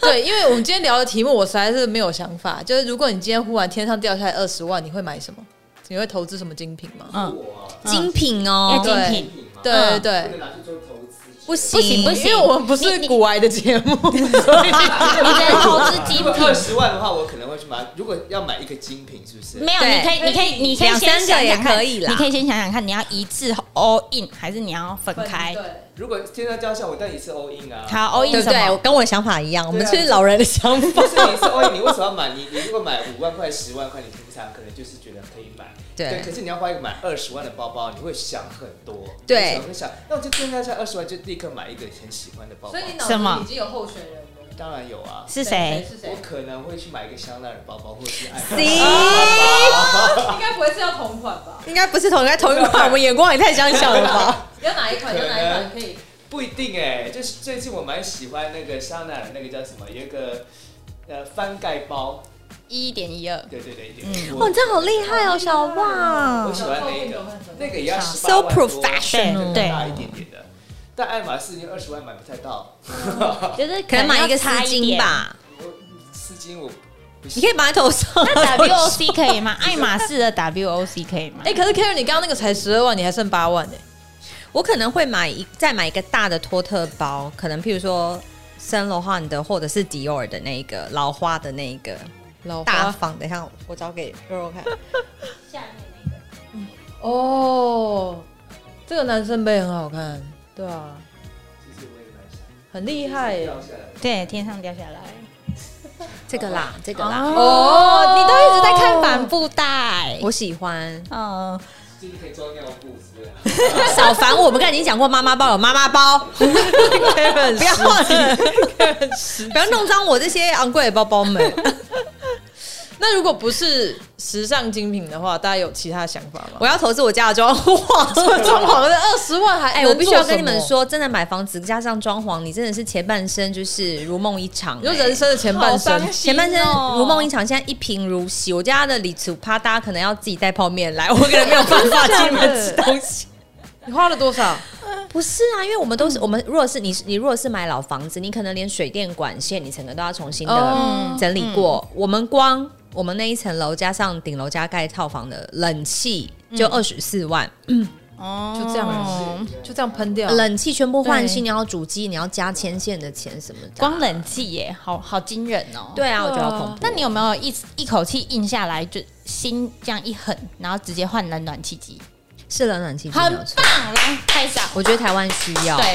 B: 对，因为我们今天聊的题目，我实在是没有想法。就是如果你今天忽然天上掉下来二十万，你会买什么？你会投资什么精品吗？
A: 嗯，
E: 我啊
C: 精品哦
A: 要，精
B: 对
A: 品，
E: 品嘛，
B: 对
A: 嗯
B: 对对，
E: 不能拿去做投资。
C: 不
A: 不行
C: 行
A: 不行，
B: 因为我们不是
A: 你你
B: 古癌的节目，
A: 你只能投资精
E: 如 果
A: 品
E: 二。十万的话，我可能会去买。如果要买一个精品，是不是？
A: 没有，
C: 对
A: 你可以，你可以，你可以
C: 两
A: 先
C: 三
A: 想想
C: 个也
A: 看
C: 可以啦
A: 你可以先想想看，你要一致 all in，还是你要分开？
E: 如果天上掉下，我但一次 all in 啊。
A: 好，all
C: 对
A: in 什
C: 不对？我
A: 么？
C: 跟我的想法一样，我们
E: 对啊
C: 是老人的想法。
E: 不是你是 all in，你为什么要买？你你如果买五万块、十万块，你平常可能就是觉得可以买。对，可是你要花一个买二十万的包包，你会想很多。
C: 对
E: 你会想，那我就增加一下二十万，就立刻买一个很喜欢的包包。
A: 子什么已
B: 经有候选人了？
E: 当然有啊，
A: 是谁？
B: 是
E: 我可能会去买一个香奈儿包包，或是爱马仕。
C: 行，
B: 应该不会是要同款吧？
C: 应该不是同一个同一款，我们眼光也太相像了吧？
B: 要哪一
E: 款要哪一款
B: 可以？
E: 不一定哎、就是最近我蛮喜欢那个香奈儿那个叫什么，有一个呃翻盖包，
A: 一点一 二，
E: 对对对对，
C: 哇，
E: 我
C: 哦你这样好厉害哦，小旺
E: 我。喜欢那个，那个也要
C: 嗯
E: 十
C: So
E: 八万多
C: professional
E: 对大一点点的。但爱马仕你二十万买不太到，
A: 就是
C: 可能买一个丝
A: 差
C: 巾。吧，
E: 我丝巾我不
C: 你
E: 行
C: 可以把它头上。啊
A: 那 WOC 可以吗？爱马仕的 WOC 可以吗？
B: 哎，可是 Karen，你刚刚那个才十二万，你还剩八万呢。
C: 我可能会买一再买一个大的托特包，可能譬如说森罗汉的，或者是迪奥的那一个老花的那一个
B: 老
C: 大
B: 花
C: 方。等一下，我找给肉肉看。
A: 下面那个
B: 嗯哦，这个男生杯很好看，对啊，
E: 其实我也蛮想哎
B: 很厉害耶。
E: 掉下来
A: 对，天上掉下来。
C: 这个啦，这个啦，
A: 哦，你都一直在看帆布袋。
C: 我喜欢。
A: 嗯，
E: 最近可以装尿布是不是？
C: 少烦我，我们刚才已经讲过妈妈包有妈妈包，
B: Karen，
C: 不要不要弄脏我这些昂贵的包包 们。
B: 那如果不是时尚精品的话，大家有其他想法吗？
C: 我要投资我家的装潢，
B: 装潢的二十万还
C: 哎、
B: 能
C: 我必须要跟你
B: 做
C: 们
B: 什么，
C: 说，真的买房子加上装潢，你真的是前半生就是如梦一场、
B: 你说
C: 哎
B: 人生的前半生
A: 好伤心
C: 前半生
A: 哦
C: 如梦一场，现在一贫如洗。我家的李楚趴，大家可能要自己带泡面来，我可能没有办法请你们吃东西。
B: 你花了多少？
C: 不是啊，因为我们都是我们，如果是你，你如果是买老房子，你可能连水电管线你整个都要重新的
B: 哦
C: 整理过。我们光我们那一层楼加上顶楼加盖套房的冷气就二十四万。
A: 哦
B: 就这样了，就这样喷掉。
C: 冷气全部换
B: 对
C: 新，你要主机，你要加牵线的钱什么的啊，
A: 光冷气耶，好好惊人哦。
C: 对啊，我觉得
B: 对
C: 好
B: 啊
C: 恐怖。
A: 但你有没有一一口气硬下来，就心这样一狠，然后直接换冷暖气机？
C: 是冷暖气机没
A: 很
C: 有错，
A: 棒，来拍手。
C: 我觉得台湾需要。
A: 对，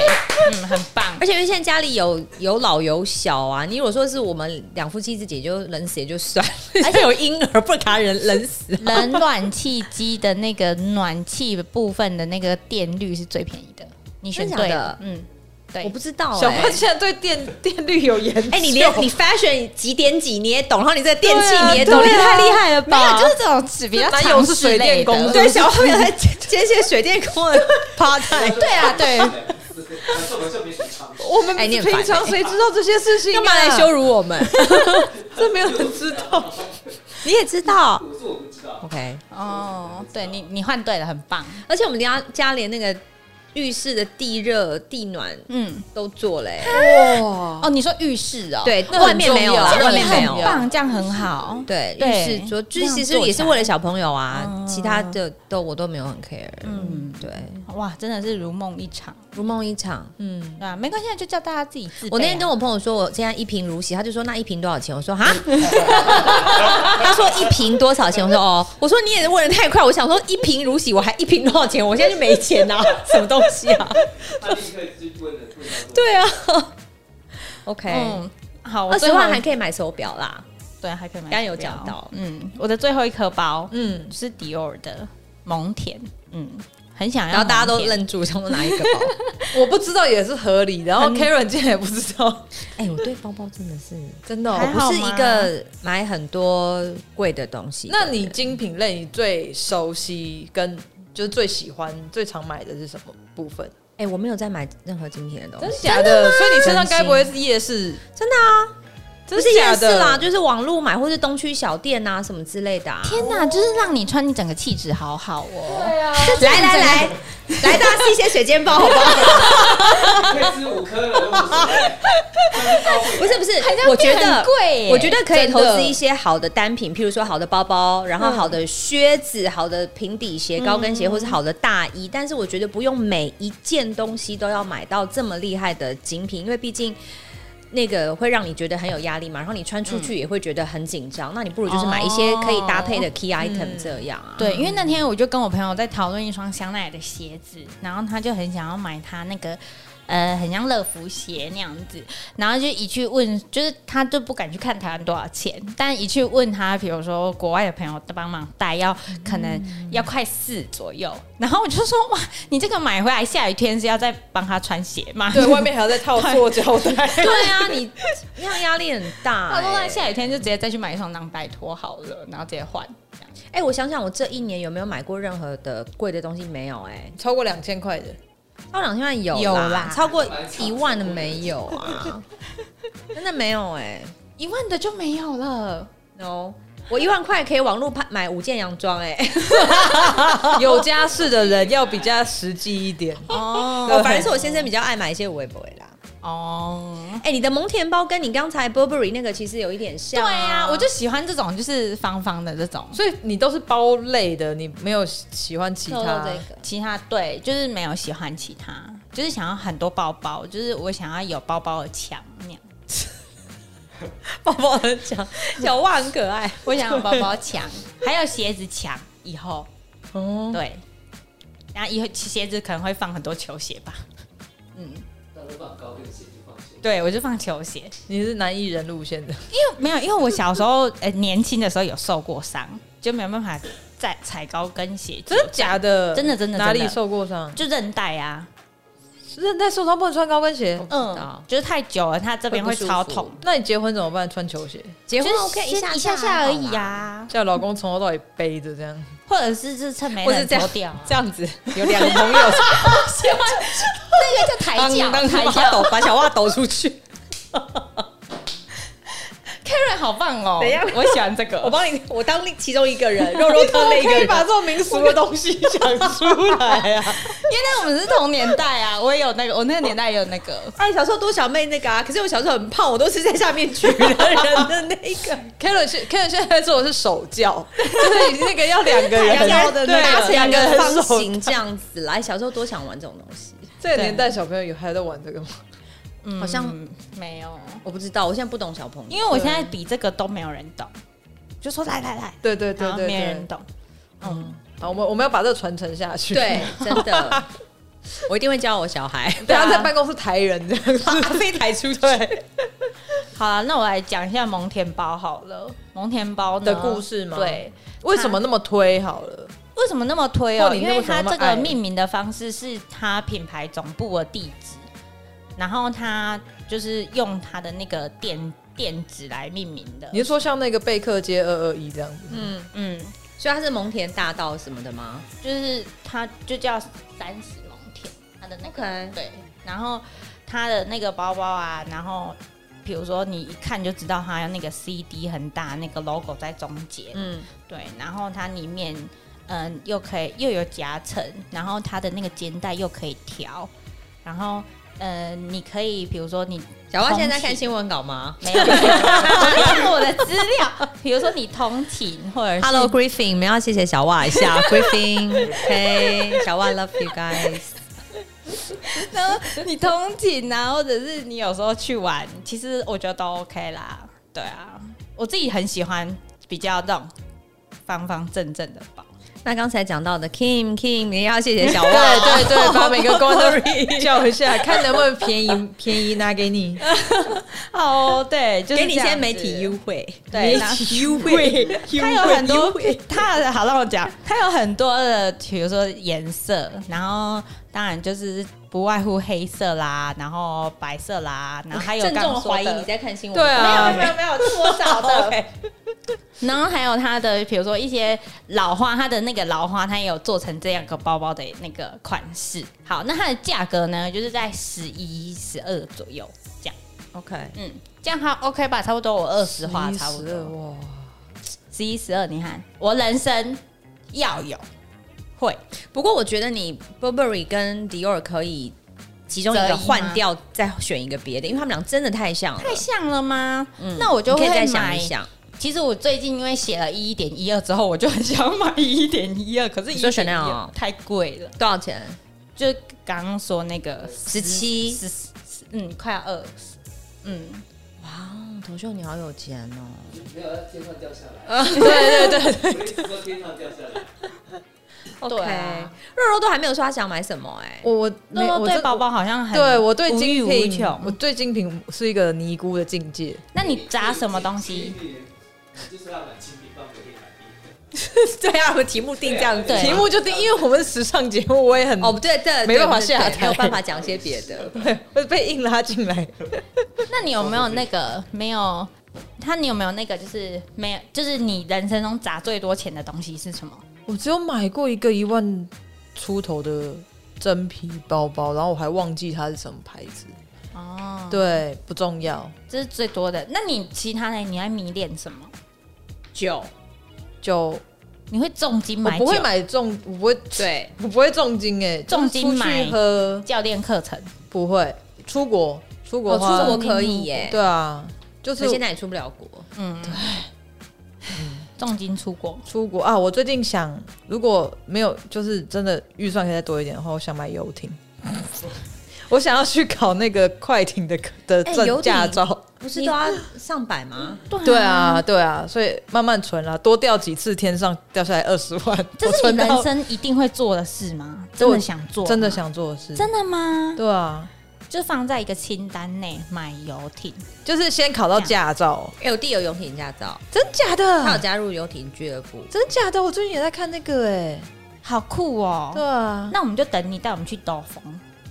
A: 嗯，很棒。
C: 而且因为现在家里有有老有小啊，你如果说是我们两夫妻自己就冷死也就算，而 且有婴儿不卡人冷死。
A: 冷暖气机的那个暖气部分的那个电率是最便宜的，你选对
C: 真的假的
A: 了，嗯，对，
C: 我不知道、
B: 小
C: 欸，
B: 曼现在对电电率有研究，
C: 哎、你连你 fashion 几点几你也懂，然后你这个电器
B: 对啊
C: 你也懂，
B: 对
C: 你
B: 啊
C: 太厉害了
A: 没有，
C: 吧？
A: 就是这种纸比较
B: 这哪
A: 常
B: 有是
A: 识
B: 水电
A: 类的
B: 工
C: 对，小朋友在接些水电工的 part time，
A: 对啊， 对，
E: 可是我们这边很常
B: 我们
C: 哎你很烦
B: 平常谁知道这些事情、啊？
C: 干嘛来羞辱我们？
B: 这没有人知道。
C: 你也知道
E: 我说我不知道，
C: ，OK。
A: 哦，对你你换对了，很棒，
C: 而且我们家家连那个浴室的地热、地暖
A: 嗯，
C: 都做了、欸，
B: 哇，
A: 哦，你说浴室哦，
C: 对，
B: 那
C: 外
B: 很
C: 面没有啊，
B: 重要
C: 外面没
A: 很
C: 有。
A: 棒，这样很好，
C: 对，
A: 对
C: 浴室桌，
A: 这
C: 就是
A: 样
C: 其实
A: 做
C: 也是
A: 起来
C: 为了小朋友啊，
A: 嗯
C: 其他的都我都没有很 care。嗯
A: 嗯，
C: 对，
A: 哇，真的是如梦一场，
C: 如梦一场。
B: 嗯，
A: 对啊，没关系，就叫大家自己自备啊。
C: 我那天跟我朋友说，我现在一瓶如洗，他就说那一瓶多少钱？我说哈，他说一瓶多少钱？我说哦，我说你也问的太快，我想说一瓶如洗，我还一瓶多少钱？我现在就没钱呐、啊， 什么东西啊？
E: 他立刻就问了，问到我
C: 对啊，OK，
A: 嗯，好，我
C: 二
A: 最
C: 十
A: 后
C: 万还可以买手表啦。
A: 对，还可以买手表。
C: 刚刚有讲到
A: 嗯，我的最后一颗包，
B: 嗯
A: 嗯，是迪奥的蒙恬，嗯，很想要，
C: 然后大家都。愣住，想说哪一个包？
B: 我不知道也是合理的。然后
A: 很
B: Karen 竟然也不知道，
C: 哎、我对包包真的是，
B: 真的、
C: 我
A: 还
B: 哦。
A: 好
C: 不是
A: 吗
C: 一个买很多贵的东西的
B: 那你
C: 人
B: 精品类你最熟悉跟就是最喜欢、最常买的是什么部分？
C: 哎、我没有在买任何精品的东西，
B: 假的？所以你身上
C: 真心
B: 该不会是夜市？
C: 真的啊，
B: 真
C: 不是夜
B: 假
C: 市
B: 的
C: 啦，就是网络买或是东区小店啊什么之类的、啊。
A: 天哪，就是让你穿，你整个气质好好哦。
C: 啊 来来来，来大家吃一些水煎包好不好？ 不是不是
A: 好像，
C: 我觉
A: 变很
C: 得
B: 哦
A: 贵耶
C: 我觉得可以
B: 真
C: 投
B: 的
C: 资一些好的单品，譬如说好的包包，然后好的靴子、好的平底鞋、高跟鞋，或是好的大衣。但是我觉得不用每一件东西都要买到这么厉害的精品，因为毕竟。那个会让你觉得很有压力嘛，然后你穿出去也会觉得很紧张，那你不如就是买一些可以搭配的 key item 这样啊。
A: 对，因为那天我就跟我朋友在讨论一双香奈儿的鞋子，然后他就很想要买他那个。呃，很像乐福鞋那样子，然后就一去问，就是他就不敢去看台湾多少钱，但一去问他，比如说国外的朋友帮忙带，要可能要快四左右，然后我就说哇，你这个买回来下雨天是要再帮他穿鞋吗？
B: 对外面还要再套塑胶带。
C: 对啊， 你那样压力很大、
A: 他说那
C: 欸
A: 下雨天就直接再去买一双当拜托好了，然后直接换。这样
C: 哎、我想想，我这一年有没有买过任何的贵的东西？没有哎、
B: 超过两千块的，
C: 超两千万有
A: 有
C: 啦
A: 啦，
C: 超过一万的没有 啊，真的没有哎、
A: 一万的就没有了。
C: no。我一万块可以网络拍买五件洋装哎、
B: 有家室的人要比较实际一点。
A: 哦
C: 我反正是我先生比较爱买一些微博啦。
A: 哦，
C: 哎、你的蒙恬包跟你刚才 Burberry 那个其实有一点
A: 对啊
C: 像、啊
B: 啊
A: 呀、我就喜欢这种就是方方的这种。
B: 所以你都是包类的，你没有喜欢其
C: 透露
B: 他
C: 这。个。
A: 其他对，就是没有喜欢其他，就是想要很多包包，就是我想要有包包的墙那 样，
C: 包包很强，小袜很可爱。
A: 我想要包包墙， 还有鞋子墙。以后
B: 哦，
A: 对，然后以后鞋子可能会放很多球鞋吧。嗯，
E: 到时候放高跟鞋就放心。
A: 对我就放球鞋，
B: 你是男艺人路线的，
A: 没有，因为我小时候 呃年轻的时候有受过伤，就没有办法再踩高跟鞋，
B: 真的假的？
A: 真的真的
B: 哪
A: 真
B: 里
A: 的
B: 受过伤？
A: 就韧带啊，
B: 韧带受伤不能穿高跟鞋。
A: 嗯，就是太久了，它这边会超痛。
B: 那你结婚怎么办？穿球鞋，
C: 结婚
A: 就是
C: OK 一
A: 先
C: 下
A: 一下
C: 下
A: 下而已
C: 啊，
A: 啊，
B: 叫老公从头到尾背着这样。
A: 或者是是趁没
C: 或是
A: 人
C: 这样
A: 脱 掉啊，
C: 这样子
B: 有两个朋友
A: 那个叫 抬脚，
C: 当
A: 抬
C: 把它抖
A: 脚。
C: 把小袜抖出去。
A: Karen 好棒哦，
C: 等一下
A: 我喜欢这个，
C: 我帮你，我当另其中一个 人，肉肉当那一个
B: 可以
C: 人。
B: 把这种民俗的东西讲出来
A: 因
B: 啊！
A: 为那个我们是同年代啊，我也有那个，我那个年代也有那个。
C: 哎，小时候多小妹那个啊，可是我小时候很胖，我都是在下面举的人的那一个。
B: Karen 现 Karen 现在做的是手 教，就是那个要两个人
C: 要的
B: 对
C: 搭成
B: 两
C: 一
B: 个
C: 个
B: 人
C: 方
B: 手
C: 形这样子啦。哎小时候多想玩这种东西，
B: 这个年代小朋友有还在玩这个吗？
A: 嗯
C: 好像
A: 没有，
C: 我不知道，我现在不懂小朋友。
A: 因为我现在比这个都没有人懂，就说来来来，
B: 对对对
A: 然后
B: 对
A: 没
B: 对
A: 人，懂。
B: 嗯，好，我们我们要把这个传承下去，
C: 对， 真的，我一定会教我小孩。
B: 不要啊在办公室抬人这样子，
C: 被抬出去。
A: 嗯好了，那我来讲一下蒙恬包好了，蒙恬包呢
B: 的故事吗
A: 对，
B: 为什么那么推？好了，
A: 为什么那么推
B: 或
A: 哦？
B: 你
A: 因
B: 那为
A: 为
B: 什么
A: 它
B: 那么
A: 这
B: 爱
A: 个命名的方式是它品牌总部的地址，然后它就是用它的那个店店址来命名的。
B: 你是说像那个贝克街二二一这样子？
C: 嗯，
A: 嗯，
C: 所以他是蒙恬大道什么的吗
A: 就是它就叫三十蒙恬，它的那个
C: ？OK，
A: 对，然后它的那个包包啊，然后比如说你一看就知道它那个 CD 很大，那个 logo 在中间，
C: 嗯，
A: 对，然后它里面嗯又可以又有夹层，然后它的那个肩带又可以调，然后呃你可以比如说你
C: 小蛙现在在看新闻稿吗
A: 没有看我的资料，比如说你通勤或者是
C: ？Hello Griffin，我们要谢谢小袜一 下，Griffin，OK，小袜 love you guys。
A: 然后 你通勤啊，或者是你有时候去玩，其实我觉得都 OK 啦。对啊，我自己很喜欢比较那种方方正正的包。
C: 那刚才讲到的 Kim Kim，你要谢谢小
B: 对
C: 袜，
B: 对对，把每个工 都叫一下，看能不能便宜便宜拿给你。
A: 哦，对，就是
C: 给你一
A: 这
C: 些
A: 样
C: 媒
A: 子
C: 体优惠，
A: 对
C: 媒体 优惠，
A: 它有很多，它好让我讲，它有很多的，比如说颜色，然后当然就是不外乎黑色啦，然后白色啦，然后还有
C: 郑
A: 刚
C: 重
A: 刚说
C: 怀疑
A: 的
C: 你在看新 闻，
B: 对啊，哦
A: 没有没有多少
C: OK
A: 然后还有它的，比如说一些老花，它的那个老花，它也有做成这样个包包的那个款式。好，那它的价格呢，就是在十一、十二左右这样。
B: OK，
A: 嗯，这样它 OK 吧？差不多我二十花差不多，
B: 哇，
A: 十一、十二，你看我人生要有会
C: 不过我觉得你 Burberry 跟 Dior 可以其中一
A: 择
C: 个
A: 一吗
C: 换掉，再选一个别的，因为他们俩真的太像了。
A: 太像了吗？
C: 嗯
A: 那我就
C: 你可
A: 会
C: 以再想
A: 买
C: 一。想，
A: 其实我最近因为写了一一点一二之后，我就很想买一一点一二，可是
C: 你说
A: 1.12
C: Chanel
A: 太贵了，
C: 多少钱？
A: 就刚刚说那个十
C: 17
A: 十十嗯，快要二十，嗯，
C: 哇，头秀你好有钱哦！
E: 没有天上掉下 来，
B: 对对对，
E: 我一直说天上掉下来。
A: 对啊
C: OK 肉肉都还没有说他想买什么哎、
B: 我我
A: 那
B: 没我
A: 么对
B: 这
A: 宝宝好像很
B: 对我对
A: 无欲
B: 精
A: 无
B: 品，我
A: 穷。
B: 对精品是一个尼姑的境界。
A: 那你砸什么东西？
E: 你呃就是要买精品，不然我给你买第一个。
C: 对啊，我们题目定这样子
A: 对
B: 题 目就定，因为我们是时尚节目，我也很
C: 哦，不对，对，
B: 没办法
C: 对
B: 下
C: 对
B: 台
C: 没有办法讲些别 的。
B: 会被硬拉进来。
A: 那你有没有那个没有？他你有没有那个就是没有？就是你人生中砸最多钱的东西是什么？
B: 我只有买过一个一万出头的真皮包包，然后我还忘记它是什么牌子。
A: 哦，，
B: 对，不重要。
A: 这是最多的。那你其他的你还迷恋什么？
C: 酒，
B: 就
A: 你会重金
B: 我
A: 买？
B: 不会，买重，我不会，
C: 对，
B: 我不会重金哎、
A: 重
B: 就是
A: 金
B: 出
A: 买
B: 去喝
A: 教练课程。
B: 不会，出国哦出国
C: 我
B: 的
C: 出
B: 话，
C: 国可以耶、
B: 对啊，就是
C: 我现在也出不了国。
A: 嗯，对，重金出国。
B: 出国啊。我最近想，如果没有就是真的预算可以再多一点的话，我想买游艇。 我想要去考那个快艇的的
C: 哎
B: 证
C: 游艇
B: 驾照。
C: 不是都要上百吗？
B: 对啊，，对啊，所以慢慢存啦，多掉几次天上掉下来二十万，
A: 这
B: 我
A: 是
B: 存
A: 你
B: 到
A: 人生一定会做的事吗？
B: 这
A: 真
B: 我
A: 的想做？
B: 真的？想做的事。
A: 真的吗？
B: 对啊，
A: 就放在一个清单内买游艇。
B: 就是先考到驾照，
C: 哎、我弟有游艇驾照，
B: 真假
C: 他有
B: 的？
C: 加入游艇俱乐部。
B: 真假的？我最近也在看那个哎、
A: 好酷哦！
B: 对啊，
A: 那我们就等你带我们去兜风。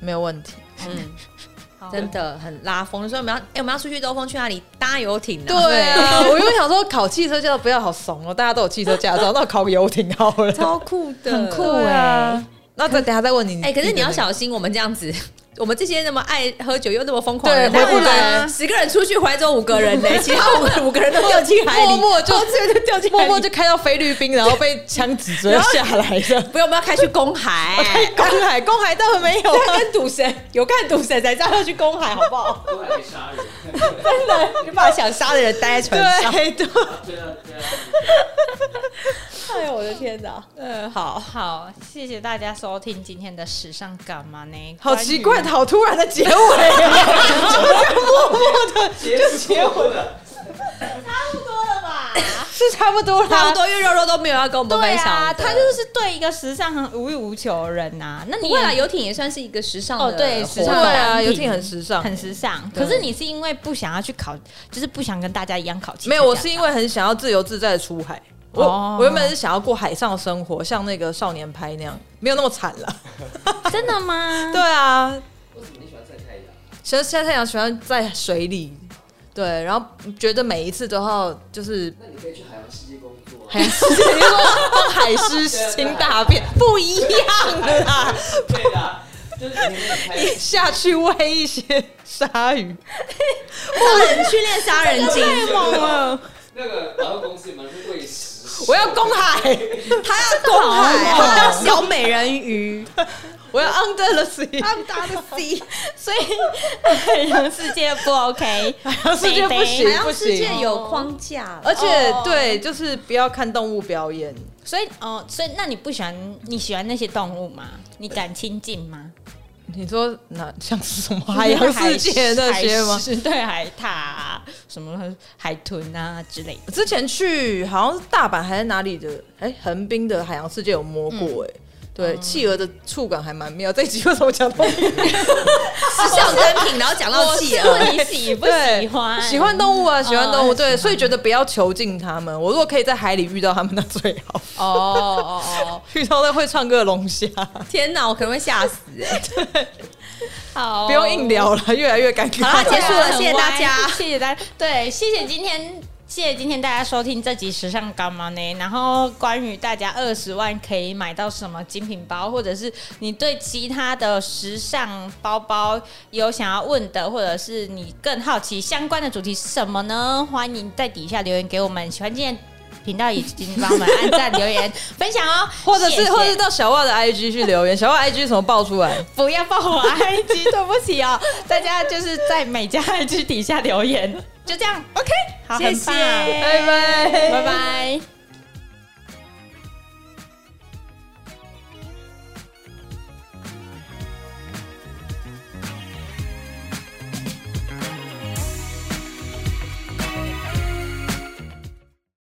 B: 没有问题。
C: 嗯，
A: 好
C: 真的很拉风，所以我们要，哎、我们要出去兜风，去哪里搭游艇呢、
B: 对啊，我原本想说考汽车驾照不要好怂哦，大家都有汽车驾照，那我考游艇好了。
C: 超酷的，
A: 很酷欸
B: 对啊，那再等下再问你。
C: 哎、可是你要
B: 的那个
C: 小心，我们这样子， 我们这些那么爱喝酒又那么疯狂的人，
B: 对
C: 回
B: 回
C: 不
B: 不来
C: 来，
B: 啊
C: 十个人出去，回来只有五个人 呢、其他五个五个人都掉进海里，
B: 默默就
C: 就掉进海
B: 默
C: 里。
B: 默就开到菲律宾，然后被枪指着下来 的。
C: 不用，我们要开去公 海，
B: 公海，公海到了没有啊？
C: 他跟赌神 有看赌神才知道要去公海，好不好？
E: 都还可以杀人。
C: 真的，你把想杀的人待在船 上。
B: 对对，
E: 对啊，对啊。
C: 哎呦，我的天哪！嗯，好，
A: 好，谢谢大家收听今天的时尚干嘛呢？
B: 好
A: 关于
B: 奇怪，好突然的结尾啊！
E: 结束结婚了，
B: 是差不多啦，
C: 差不多，因为肉肉都没有要跟我们
A: 对
C: 分享
A: 啊，
C: 的。
A: 他就是对一个时尚很无欲无求的人呐、那你
C: 不会啦，
A: 也
C: 游艇也算是一个时尚的
A: 哦对
C: 活
A: 时
B: 对
A: 尚
C: 动
B: 啊，
A: 单
B: 游
A: 品
B: 艇很时尚。
A: 很时尚，
B: 对
A: 可是你是因为不想要去考，就是不想跟大家一样考汽车驾照。
B: 没有，我是因为很想要自由自在的出海。我、
A: 哦
B: 我原本是想要过海上生活，像那个少年派那样，没有那么惨 了。
A: 真的吗？
B: 对啊，
E: 为什么你喜欢晒太阳？
B: 喜欢晒太阳，喜欢在水里。对，然后觉得每一次都要就是
E: 那你可以去海洋世界工作啊。
B: 海 狮，你说帮海狮清大便不一样 的啦，
E: 对的，就是你海洋
B: 下去喂一些鲨鱼。
C: 杀人训练杀人 精，
E: 猛了。那个百货公司嘛，是喂食。
B: 我要公 海，
A: 啊
C: 他要
B: 哦
C: 公海，他要小美人鱼，
B: 我要 under the sea。
C: 他大
A: 啊
C: 的 C，
A: 所以 海洋世界不 OK，
B: 洋世界不行
C: 海洋世界有框架，
B: 而且、
A: 哦
B: 对，就是不要看动物表演，
A: 所以哦，所以那你不喜欢你喜欢那些动物吗？你敢亲近吗？
B: 你说哪像是什么 海洋世界那些吗
A: 海？狮？对，海獭、啊、什么海豚啊之类的。
B: 之前去好像是大阪还是哪里的，哎、横滨的海洋世界有摸过、哎、对，企鹅的触感还蛮妙。这一集为什么讲到
C: 时尚单 品，然后讲到啊企鹅，
A: 你喜不喜欢？
B: 喜欢动物啊，喜欢动物，
A: 哦
B: 对，所以觉得不要囚禁他们。我如果可以在海里遇到他们，那最好。
A: 哦哦哦，
B: 遇到那会唱歌的龙虾，
C: 天哪，我可能会吓死哎！
A: 好，
B: 不用硬。聊了，越来越尴尬。
C: 好啦结束了
A: 啊很
C: 谢谢大
A: 歪
C: 家
A: 谢谢大家，对，谢谢今天。谢谢今天大家收听这集《时尚干嘛呢》。然后关于大家二十万可以买到什么精品包，或者是你对其他的时尚包包有想要问的，或者是你更好奇相关的主题是什么呢？欢迎在底下留言给我们。喜欢今天的频道，也请帮我们按 赞、留言、分享哦，
B: 或者是
A: 谢谢
B: 或者是到小袜的 IG 去留言，小袜 IG 怎么爆出来？
A: 不要爆我 IG，对不起哦，大家就是在每家 IG 底下留言，就这样，OK，好，
C: 谢
A: 很
C: 谢
A: 棒
B: 拜拜，
A: 拜拜。